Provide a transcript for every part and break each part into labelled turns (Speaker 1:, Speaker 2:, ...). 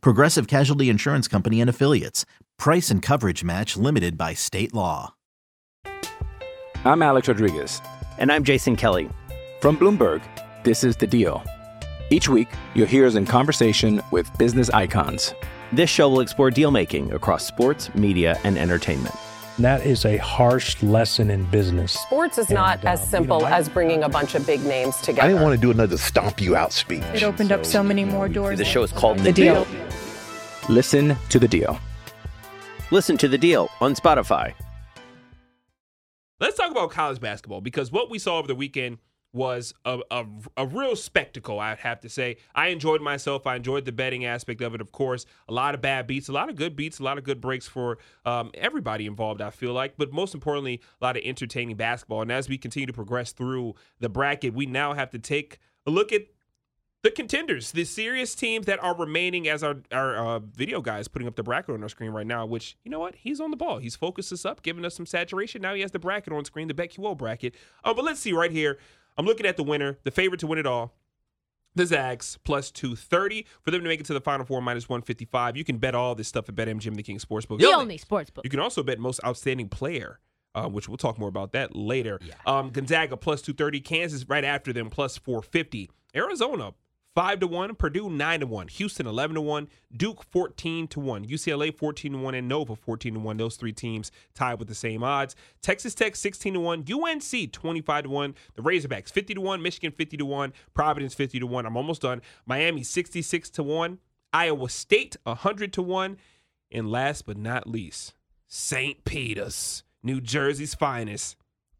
Speaker 1: Progressive Casualty Insurance Company and Affiliates. Price and coverage match limited by state law.
Speaker 2: I'm Alex Rodriguez.
Speaker 3: And I'm Jason Kelly.
Speaker 2: From Bloomberg, this is The Deal. Each week, you'll hear us in conversation with business icons.
Speaker 3: This show will explore deal making across sports, media, and entertainment.
Speaker 4: That is a harsh lesson in business.
Speaker 5: Sports is not
Speaker 4: And, uh,
Speaker 5: as simple
Speaker 4: you know, I-
Speaker 5: as bringing a bunch of big names together.
Speaker 6: I didn't want to do another stomp you out speech.
Speaker 7: It opened up so many more doors.
Speaker 3: The show is called The,
Speaker 7: Deal.
Speaker 2: Listen to The Deal.
Speaker 3: Listen to The Deal on Spotify.
Speaker 8: Let's talk about college basketball because what we saw over the weekend was a, a, a real spectacle, I'd have to say. I enjoyed myself. I enjoyed the betting aspect of it, of course. A lot of bad beats, a lot of good beats, a lot of good breaks for um, everybody involved, I feel like. But most importantly, a lot of entertaining basketball. And as we continue to progress through the bracket, we now have to take a look at the contenders, the serious teams that are remaining, as our our uh, video guy is putting up the bracket on our screen right now. Which you know what, he's on the ball. He's focused us up, giving us some saturation. Now he has the bracket on screen, the BetQL bracket. Oh, but let's see right here. I'm looking at the winner, the favorite to win it all. The Zags plus 230 for them to make it to the Final Four minus 155. You can bet all this stuff at BetMGM, the King Sportsbook.
Speaker 9: The only sports book.
Speaker 8: You can also bet most outstanding player, uh, which we'll talk more about that later. Um, Gonzaga plus 230, Kansas right after them plus 450. Arizona 5 to 1, Purdue 9 to 1, Houston 11 to 1, Duke 14 to 1, UCLA 14 to 1 and Nova 14 to 1. Those three teams tied with the same odds. Texas Tech 16 to 1, UNC 25 to 1, the Razorbacks 50 to 1, Michigan 50 to 1, Providence 50 to 1. I'm almost done. Miami 66 to 1, Iowa State 100 to 1, and last but not least, St. Peter's, New Jersey's finest,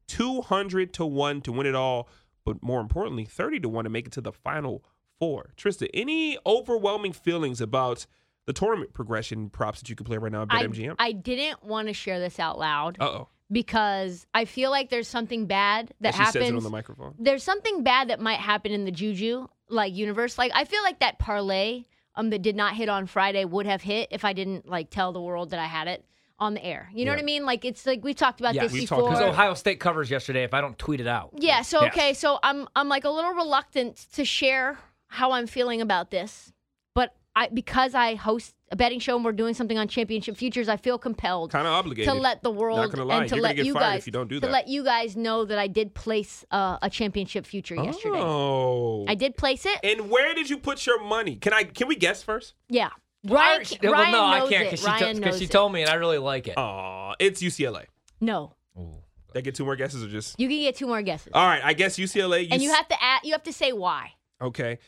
Speaker 8: 200 to 1 to win it all, but more importantly, 30 to 1 to make it to the final four. Trista, any overwhelming feelings about the tournament progression props that you could play right now at
Speaker 9: I,
Speaker 8: BetMGM?
Speaker 9: I didn't want to share this out loud
Speaker 8: Uh oh.
Speaker 9: because I feel like there's something bad that
Speaker 8: she says it on
Speaker 9: happens.
Speaker 8: the microphone.
Speaker 9: there's something bad that might happen in the juju like universe. Like I feel like that parlay um that did not hit on Friday would have hit if I didn't like tell the world that I had it on the air. You know what I mean? Like it's like we've talked about
Speaker 10: Yeah,
Speaker 9: this
Speaker 8: we've talked
Speaker 9: before.
Speaker 8: about
Speaker 10: Because
Speaker 8: Or-
Speaker 10: Ohio State covers yesterday. If I don't tweet it out,
Speaker 9: Yeah, so
Speaker 10: Yeah.
Speaker 9: okay, so I'm I'm like a little reluctant to share how I'm feeling about this, but I because I host a betting show and we're doing something on championship futures, I feel compelled
Speaker 8: Kind of obligated.
Speaker 9: to let the
Speaker 8: Not
Speaker 9: world
Speaker 8: gonna lie,
Speaker 9: and to
Speaker 8: you're
Speaker 9: let
Speaker 8: gonna get
Speaker 9: you
Speaker 8: fired
Speaker 9: guys
Speaker 8: if you don't do
Speaker 9: to
Speaker 8: that.
Speaker 9: let you guys know that I did place uh, a championship future yesterday.
Speaker 8: Oh.
Speaker 9: I did place it.
Speaker 8: And where did you put your money? Can I? Can we guess first?
Speaker 9: yeah,
Speaker 10: I-
Speaker 9: Ryan.
Speaker 10: she-
Speaker 9: Ryan
Speaker 10: well, no,
Speaker 9: knows
Speaker 10: I can't
Speaker 9: it.
Speaker 10: because she,
Speaker 9: Ryan
Speaker 10: t- 'cause
Speaker 9: knows
Speaker 10: she
Speaker 9: it.
Speaker 10: told me, and I really like it.
Speaker 8: Aw, it's UCLA.
Speaker 9: No,
Speaker 8: Did I get two more guesses or just?
Speaker 9: you can get two more guesses,
Speaker 8: All right, I guess UCLA.
Speaker 9: and you
Speaker 8: UC
Speaker 9: have to add, you have to say why.
Speaker 8: Okay.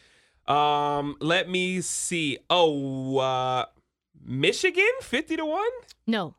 Speaker 8: Um, let me see. Oh, uh, Michigan, fifty to one.
Speaker 9: No,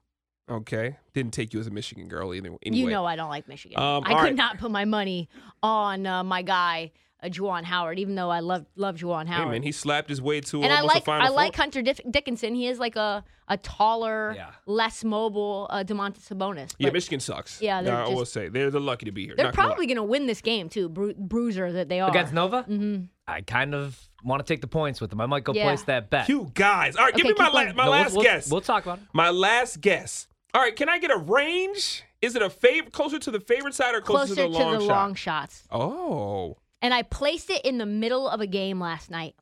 Speaker 8: Okay, didn't take you as a Michigan girl either.
Speaker 9: You
Speaker 8: Anyway.
Speaker 9: know I don't like Michigan.
Speaker 8: Um,
Speaker 9: I
Speaker 8: all
Speaker 9: could
Speaker 8: right.
Speaker 9: not put my money on uh, my guy uh, Juwan Howard, even though I love love Juwan
Speaker 8: Hey
Speaker 9: Howard.
Speaker 8: man, he slapped his way to
Speaker 9: and I
Speaker 8: almost
Speaker 9: like
Speaker 8: a final
Speaker 9: I like
Speaker 8: four.
Speaker 9: Hunter Dif- Dickinson. He is like a a taller,
Speaker 10: Yeah.
Speaker 9: less mobile uh, Demontis Sabonis.
Speaker 8: Yeah,
Speaker 9: But
Speaker 8: Michigan sucks.
Speaker 9: Yeah, they're
Speaker 8: Nah, I
Speaker 9: just-
Speaker 8: will say they're the lucky to be here.
Speaker 9: They're
Speaker 8: Not gonna lie.
Speaker 9: probably going to win this game too, bru- bruiser that they are.
Speaker 10: Against Nova,
Speaker 9: hmm
Speaker 10: I kind of want to take the points with them. I might go
Speaker 9: Yeah.
Speaker 10: place that bet.
Speaker 8: You guys, all right, give
Speaker 9: Okay,
Speaker 8: me my
Speaker 9: keep
Speaker 8: la-
Speaker 9: going.
Speaker 8: my
Speaker 10: No, we'll-
Speaker 8: last
Speaker 10: we'll-
Speaker 8: guess.
Speaker 10: We'll talk about it.
Speaker 8: my last guess. All right, can I get a range? Is it a favor closer to the favorite side or
Speaker 9: Closer
Speaker 8: closer,
Speaker 9: to the,
Speaker 8: long shot?
Speaker 9: long shots.
Speaker 8: oh,
Speaker 9: And I placed it in the middle of a game last night.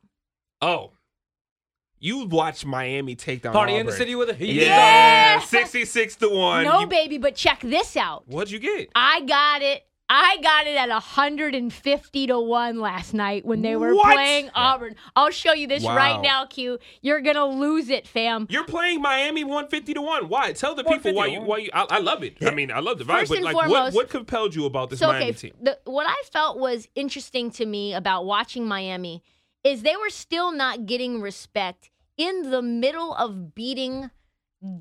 Speaker 8: oh, you watched Miami take down
Speaker 10: Party
Speaker 8: Auburn.
Speaker 10: in the city with a heat.
Speaker 8: Yeah,
Speaker 9: Yeah.
Speaker 8: sixty-six to one.
Speaker 9: no,
Speaker 8: You-
Speaker 9: baby, but check this out.
Speaker 8: What'd you get?
Speaker 9: I got it. I got it at 150 to 1 last night when they were
Speaker 8: What?
Speaker 9: playing Auburn. I'll show you this
Speaker 8: Wow.
Speaker 9: right now, Q. You're going to lose it, fam.
Speaker 8: You're playing Miami 150 to 1. Why? Tell the people why you why you I, I love it. I mean, I love the vibe,
Speaker 9: First
Speaker 8: but
Speaker 9: and
Speaker 8: like what
Speaker 9: foremost-
Speaker 8: what compelled you about this
Speaker 9: so,
Speaker 8: Miami
Speaker 9: okay,
Speaker 8: team?
Speaker 9: the, what I felt was interesting to me about watching Miami is they were still not getting respect in the middle of beating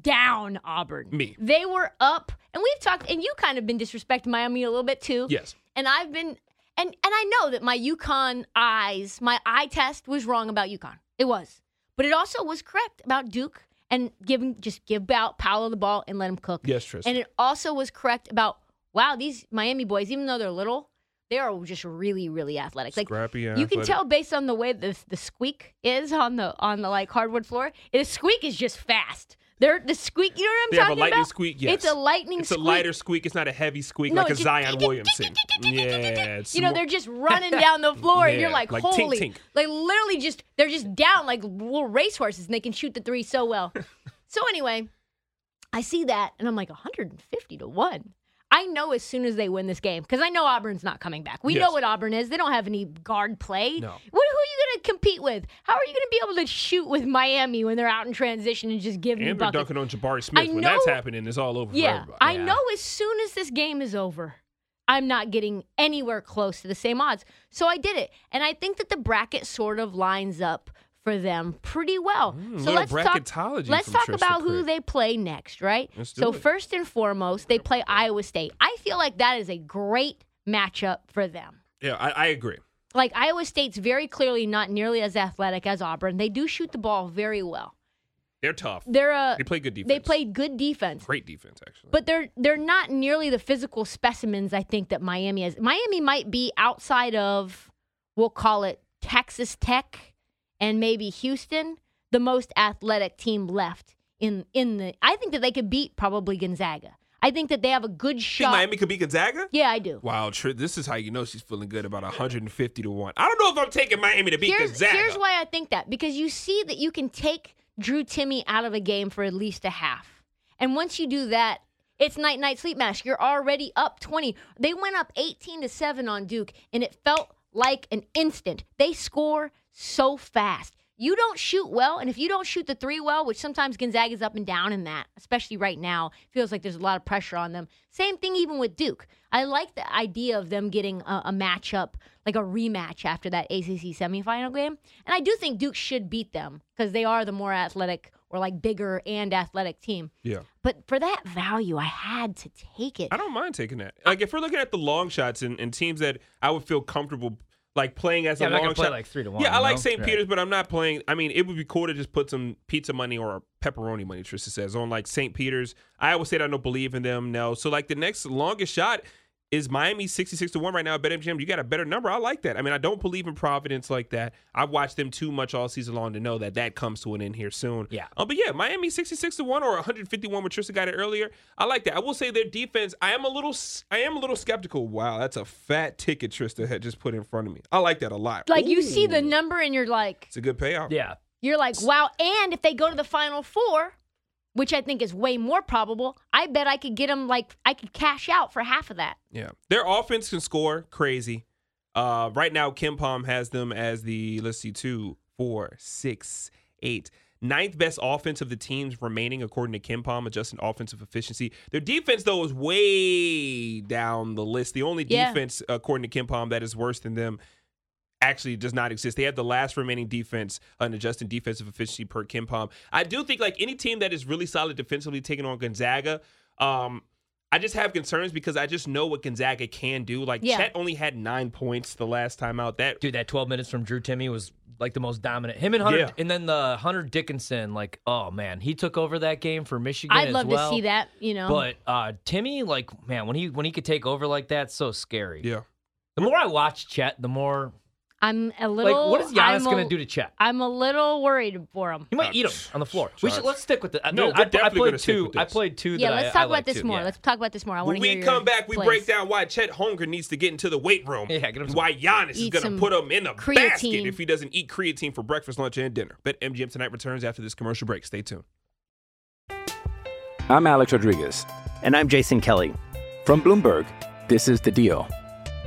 Speaker 9: down Auburn.
Speaker 8: Me.
Speaker 9: They were up, and we've talked, and you kind of been disrespecting Miami a little bit too.
Speaker 8: Yes.
Speaker 9: and I've been and and I know that my UConn eyes, my eye test was wrong about UConn. It was. But it also was correct about Duke and give him just give out Paolo the ball and let him cook.
Speaker 8: Yes, Tristan.
Speaker 9: And it also was correct about wow, these Miami boys, even though they're little, they are just really, really athletic.
Speaker 8: Scrappy and
Speaker 9: like you can
Speaker 8: athletic.
Speaker 9: tell based on the way the the squeak is on the on the like hardwood floor. The squeak is just fast. They're the squeak. You know what I'm
Speaker 8: They have
Speaker 9: talking
Speaker 8: a lightning
Speaker 9: about?
Speaker 8: squeak. Yes,
Speaker 9: It's a lightning.
Speaker 8: It's
Speaker 9: squeak.
Speaker 8: a lighter squeak. It's not a heavy squeak
Speaker 9: No,
Speaker 8: like a
Speaker 9: it's just
Speaker 8: Zion
Speaker 9: tick, tick,
Speaker 8: Williamson.
Speaker 9: tick, tick, tick, tick, tick, tick, tick.
Speaker 8: Yeah, it's
Speaker 9: you know,
Speaker 8: more-
Speaker 9: they're just running down the floor, and you're
Speaker 8: Yeah,
Speaker 9: like,
Speaker 8: like tink,
Speaker 9: holy,
Speaker 8: tink.
Speaker 9: like literally just they're just down like little racehorses, and they can shoot the three so well. so anyway, I see that, and I'm like, 150 to one. I know as soon as they win this game, because I know Auburn's not coming back. We know
Speaker 8: Yes.
Speaker 9: what Auburn is. They don't have any guard play.
Speaker 8: No.
Speaker 9: What, who are you going to compete with? How are you going to be able to shoot with Miami when they're out in transition and just give you
Speaker 8: and they're
Speaker 9: buckets?
Speaker 8: dunking on Jabari Smith. When
Speaker 9: know-
Speaker 8: that's happening, it's all over. for
Speaker 9: Yeah,
Speaker 8: everybody.
Speaker 9: I know as soon as this game is over, I'm not getting anywhere close to the same odds. So I did it. And I think that the bracket sort of lines up for them pretty well. so
Speaker 8: Mm, little
Speaker 9: let's talk
Speaker 8: bracketology
Speaker 9: Let's
Speaker 8: from
Speaker 9: talk
Speaker 8: Trista
Speaker 9: about who
Speaker 8: Crick.
Speaker 9: they play next, right?
Speaker 8: Let's do
Speaker 9: so
Speaker 8: it.
Speaker 9: first and foremost, they play Iowa State. I feel like that is a great matchup for them.
Speaker 8: Yeah, I, I agree.
Speaker 9: Like Iowa State's very clearly not nearly as athletic as Auburn. They do shoot the ball very well.
Speaker 8: They're tough.
Speaker 9: They're a
Speaker 8: They play good
Speaker 9: They
Speaker 8: defense.
Speaker 9: play good defense.
Speaker 8: Great defense, actually.
Speaker 9: But they're they're not nearly the physical specimens I think that Miami is. Miami might be outside of we'll call it Texas Tech and maybe Houston, the most athletic team left in in the I think that they could beat probably Gonzaga. I think that they have a good
Speaker 8: think
Speaker 9: shot.
Speaker 8: Miami could beat Gonzaga.
Speaker 9: Yeah, I do.
Speaker 8: Wow, Tr- this is how you know she's feeling good about 150 to one. I don't know if I'm taking Miami to beat
Speaker 9: Here's,
Speaker 8: Gonzaga.
Speaker 9: here's why I think that because you see that you can take Drew Timmy out of a game for at least a half. And once you do that, it's night night sleep mask. You're already up 20. They went up 18 to 7 on Duke and it felt like an instant. They score so fast. You don't shoot well, and if you don't shoot the three well, which sometimes Gonzaga's up and down in that, especially right now, feels like there's a lot of pressure on them. Same thing even with Duke. I like the idea of them getting a, a matchup, like a rematch after that ACC semifinal game. And I do think Duke should beat them because they are the more athletic or like bigger and athletic team.
Speaker 8: Yeah.
Speaker 9: But for that value, I had to take it.
Speaker 8: I don't mind taking that. Like if we're looking at the long shots and, and teams that I would feel comfortable like playing as
Speaker 10: Yeah,
Speaker 8: a
Speaker 10: I'm not
Speaker 8: long
Speaker 10: gonna play,
Speaker 8: shot.
Speaker 10: like, three to one,
Speaker 8: Yeah, I
Speaker 10: you
Speaker 8: like
Speaker 10: know?
Speaker 8: St.
Speaker 10: Right.
Speaker 8: Peter's, but I'm not playing. I mean, it would be cool to just put some pizza money or pepperoni money. Trisha says on like St. Peter's. I always say that I don't believe in them. No, so like the next longest shot is Miami 66 to one right now at BetMGM. You got a better number. I like that. I mean, I don't believe in Providence like that. I've watched them too much all season long to know that that comes to an end here soon.
Speaker 10: Yeah.
Speaker 8: Um, but yeah, Miami 66 to 1 or 151 with Tristan got it earlier. I like that. I will say their defense, I am a little s- I am a little skeptical. Wow, that's a fat ticket Tristan had just put in front of me. I like that a lot.
Speaker 9: like you see the number and you're like,
Speaker 8: It's a good payout.
Speaker 10: Yeah.
Speaker 9: You're like, wow. And if they go to the final four, which I think is way more probable, I bet I could get them like I could cash out for half of that.
Speaker 8: Yeah. Their offense can score crazy. Uh, right now, Kim Palm has them as the, let's see, two, four, six, eight, ninth best offense of the teams remaining, according to Kim Palm, adjusting offensive efficiency. Their defense, though, is way down the list. The only
Speaker 9: Yeah.
Speaker 8: defense, according to Kim Palm, that is worse than them actually does not exist. They have the last remaining defense uh, an adjusting defensive efficiency per Kim Pom. I do think like any team that is really solid defensively taking on Gonzaga, um, I just have concerns because I just know what Gonzaga can do. Like
Speaker 9: Yeah.
Speaker 8: Chet only had nine points the last time out. That
Speaker 10: Dude, that 12 minutes from Drew Timmy was like the most dominant. Him and Hunter,
Speaker 8: Yeah.
Speaker 10: and then the Hunter Dickinson, like, oh man, he took over that game for Michigan.
Speaker 9: I'd
Speaker 10: as
Speaker 9: love
Speaker 10: well.
Speaker 9: to see that, you know.
Speaker 10: But uh, Timmy, like, man, when he when he could take over like that, so scary.
Speaker 8: yeah.
Speaker 10: The more I watch Chet, the more
Speaker 9: I'm a little
Speaker 10: like, what is Giannis
Speaker 9: I'm a-
Speaker 10: gonna do to Chet?
Speaker 9: I'm a little worried for him.
Speaker 10: He might eat him on the floor. We should let's stick with the. I,
Speaker 8: No,
Speaker 10: I,
Speaker 8: we're
Speaker 10: I
Speaker 8: definitely
Speaker 10: played
Speaker 8: gonna stick
Speaker 10: two.
Speaker 8: with
Speaker 10: I
Speaker 8: this.
Speaker 10: played two.
Speaker 9: Yeah,
Speaker 10: that I,
Speaker 9: let's talk
Speaker 10: I
Speaker 9: about
Speaker 10: liked
Speaker 9: this
Speaker 10: too,
Speaker 9: more.
Speaker 10: yeah.
Speaker 9: Let's talk about this more. I want
Speaker 8: When
Speaker 9: to
Speaker 8: we
Speaker 9: hear your
Speaker 8: come back, we
Speaker 9: plays.
Speaker 8: break down why Chet Holmgren needs to get into the weight room.
Speaker 10: Yeah, get him
Speaker 8: and
Speaker 10: some-
Speaker 8: why Giannis is
Speaker 9: Eat
Speaker 8: going
Speaker 9: some
Speaker 8: to put him in a basket
Speaker 9: creatine.
Speaker 8: if he doesn't eat creatine for breakfast, lunch, and dinner. Bet MGM tonight returns after this commercial break. Stay tuned.
Speaker 2: I'm Alex Rodriguez.
Speaker 3: And I'm Jason Kelly.
Speaker 2: From Bloomberg, this is The Deal.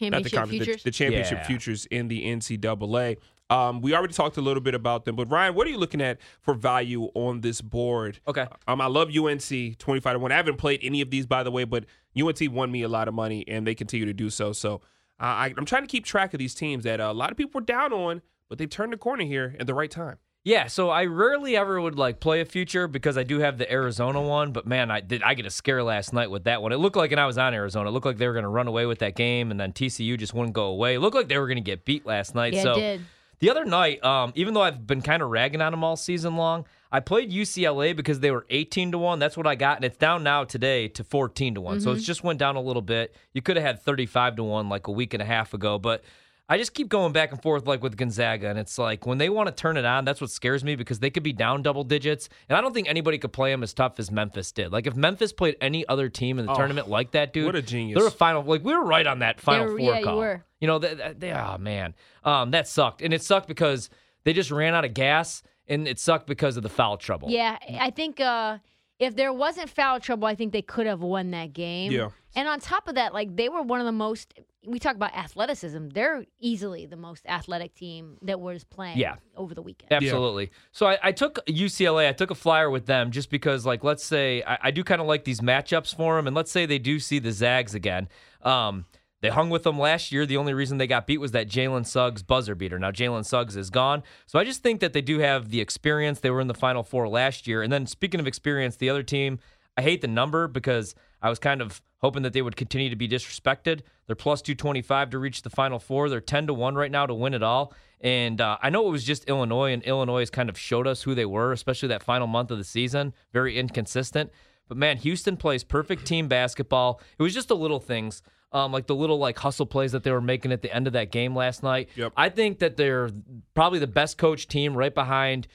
Speaker 8: not the
Speaker 9: Championship
Speaker 8: conference, the-
Speaker 9: futures.
Speaker 8: The, championship
Speaker 10: Yeah.
Speaker 8: futures in the NCAA. Um, we already talked a little bit about them, but Ryan, what are you looking at for value on this board?
Speaker 10: Okay.
Speaker 8: Um, I love UNC 25 to 1. I haven't played any of these, by the way, but UNC won me a lot of money and they continue to do so. So uh, I, I'm trying to keep track of these teams that uh, a lot of people were down on, but they've turned the corner here at the right time.
Speaker 10: Yeah, so I rarely ever would like play a future because I do have the Arizona one, but man, I did I get a scare last night with that one. It looked like and I was on Arizona. It looked like they were going to run away with that game and then TCU just wouldn't go away. It looked like they were going to get beat last night.
Speaker 9: Yeah,
Speaker 10: so
Speaker 9: it did.
Speaker 10: The other night, um, even though I've been kind of ragging on them all season long, I played UCLA because they were 18 to 1. That's what I got. And it's down now today to 14 to one So it's just went down a little bit. You could have had 35 to 1 like a week and a half ago. But I just keep going back and forth like with Gonzaga. And it's like when they want to turn it on, that's what scares me because they could be down double digits. And I don't think anybody could play them as tough as Memphis did. Like if Memphis played any other team in the
Speaker 8: Oh,
Speaker 10: tournament like that, dude,
Speaker 8: what a genius.
Speaker 10: They're a final. Like we were right on that final
Speaker 9: were-
Speaker 10: four
Speaker 9: yeah, you
Speaker 10: call.
Speaker 9: were.
Speaker 10: You know, that, that, they, oh man, um, that sucked, and it sucked because they just ran out of gas, and it sucked because of the foul trouble.
Speaker 9: Yeah, I think uh, if there wasn't foul trouble, I think they could have won that game.
Speaker 8: Yeah.
Speaker 9: And on top of that, like they were one of the most. We talk about athleticism. They're easily the most athletic team that was playing.
Speaker 10: Yeah.
Speaker 9: Over the weekend.
Speaker 10: Absolutely. So I, I took UCLA. I took a flyer with them just because, like, let's say I, I do kind of like these matchups for them, and let's say they do see the Zags again. Um, they hung with them last year. The only reason they got beat was that Jalen Suggs buzzer beater. Now Jalen Suggs is gone, so I just think that they do have the experience. They were in the Final Four last year, and then speaking of experience, the other team. I hate the number because I was kind of hoping that they would continue to be disrespected. They're plus 225 to reach the final four. They're 10 to 1 right now to win it all. And uh, I know it was just Illinois, and Illinois has kind of showed us who they were, especially that final month of the season. Very inconsistent. But man, Houston plays perfect team basketball. It was just the little things, um, like the little like hustle plays that they were making at the end of that game last night.
Speaker 8: Yep.
Speaker 10: I think that they're probably the best coach team right behind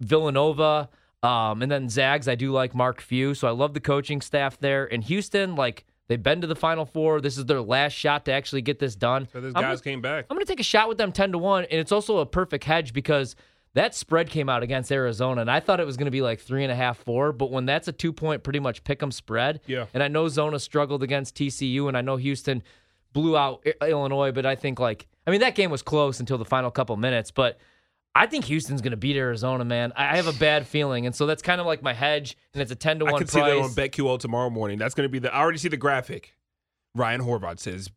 Speaker 10: Villanova. Um, and then Zags, I do like Mark Few. So I love the coaching staff there. In Houston, like they've been to the Final Four. This is their last shot to actually get this done.
Speaker 8: So those
Speaker 10: I'm
Speaker 8: guys
Speaker 10: gonna-
Speaker 8: came back.
Speaker 10: I'm going to take a shot with them 10 to 1. And it's also a perfect hedge because that spread came out against Arizona. And I thought it was going to be like three and a half, four. But when that's a two point, pretty much pick 'em spread.
Speaker 8: Yeah.
Speaker 10: And I know Zona struggled against TCU. And I know Houston blew out I- Illinois. But I think, like, I mean, that game was close until the final couple minutes. But I think Houston's going to beat Arizona, man. I I have a bad feeling. And so that's kind of like my hedge. And it's a 10 to 1
Speaker 8: I can
Speaker 10: price.
Speaker 8: see that on BetQL tomorrow morning. That's going to be the. I already see the graphic. Ryan Horvath says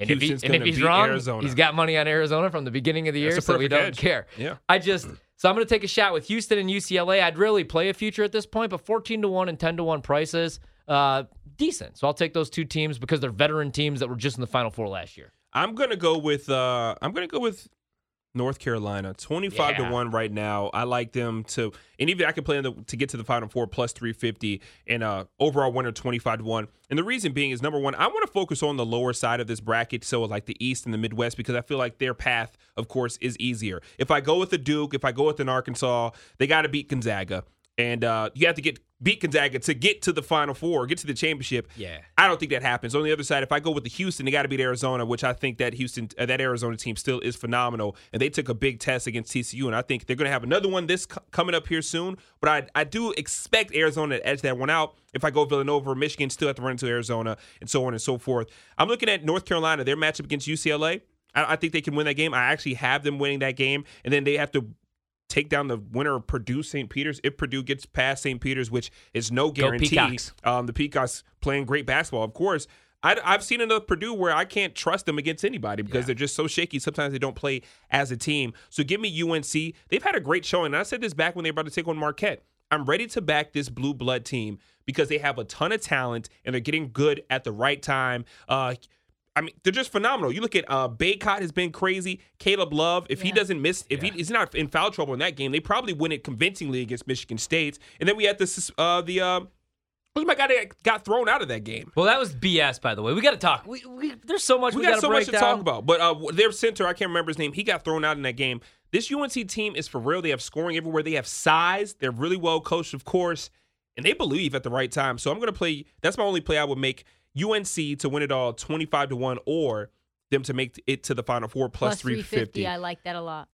Speaker 10: And if, he-
Speaker 8: Houston's
Speaker 10: and if
Speaker 8: gonna
Speaker 10: he's
Speaker 8: beat
Speaker 10: wrong,
Speaker 8: Arizona.
Speaker 10: he's got money on Arizona from the beginning of the
Speaker 8: That's
Speaker 10: year,
Speaker 8: a
Speaker 10: so we
Speaker 8: perfect
Speaker 10: don't
Speaker 8: hedge.
Speaker 10: care.
Speaker 8: Yeah.
Speaker 10: I just so I'm going to take a shot with Houston and UCLA. I'd really play a future at this point, but 14 to one and 10 to one prices, uh, decent. So I'll take those two teams because they're veteran teams that were just in the Final Four last year.
Speaker 8: I'm gonna go with uh I'm gonna go with North Carolina, twenty five
Speaker 10: Yeah.
Speaker 8: to one right now. I like them to, and even I can play them to get to the Final Four plus three fifty, and uh overall winner twenty five to one. And the reason being is number one, I want to focus on the lower side of this bracket, so like the East and the Midwest, because I feel like their path, of course, is easier. If I go with the Duke, if I go with an Arkansas, they got to beat Gonzaga, and uh you have to get beat Gonzaga to get to the Final Four, get to the championship.
Speaker 10: Yeah.
Speaker 8: I don't think that happens. On the other side, if I go with the Houston, they got to beat Arizona, which I think that Houston, uh, that Arizona team still is phenomenal, and they took a big test against TCU, and I think they're going to have another one this co- coming up here soon. But I, I do expect Arizona to edge that one out. If I go Villanova, or Michigan still have to run into Arizona, and so on and so forth. I'm looking at North Carolina, their matchup against UCLA. I, I think they can win that game. I actually have them winning that game, and then they have to. Take down the winner of Purdue St. Peter's if Purdue gets past St. Peter's, which is no guarantee.
Speaker 10: Peacocks.
Speaker 8: Um, the Peacocks playing great basketball, of course. I, have seen enough Purdue where I can't trust them against anybody because they're just so shaky. Sometimes they don't play as a team. So give me UNC. They've had a great showing. And I said this back when they were about to take on Marquette. I'm ready to back this blue blood team because they have a ton of talent and they're getting good at the right time. Uh, I mean, they're just phenomenal. You look at uh, Baycott has been crazy. Caleb Love, if he doesn't miss, if he is not in foul trouble in that game, they probably win it convincingly against Michigan State. And then we had this uh, the uh, who's my guy that got thrown out of that game.
Speaker 10: Well, that was BS, by the way. We got to talk. We, we, there's so much we,
Speaker 8: We got
Speaker 10: gotta
Speaker 8: so
Speaker 10: break
Speaker 8: much to
Speaker 10: down.
Speaker 8: talk about. But uh, their center, I can't remember his name. He got thrown out in that game. This UNC team is for real. They have scoring everywhere. They have size. They're really well coached, of course. and they believe at the right time. So I'm going to play. That's my only play I would make UNC to win it all 25 to 1 or them to make it to the final four plus,
Speaker 9: Plus 350. I like that a lot.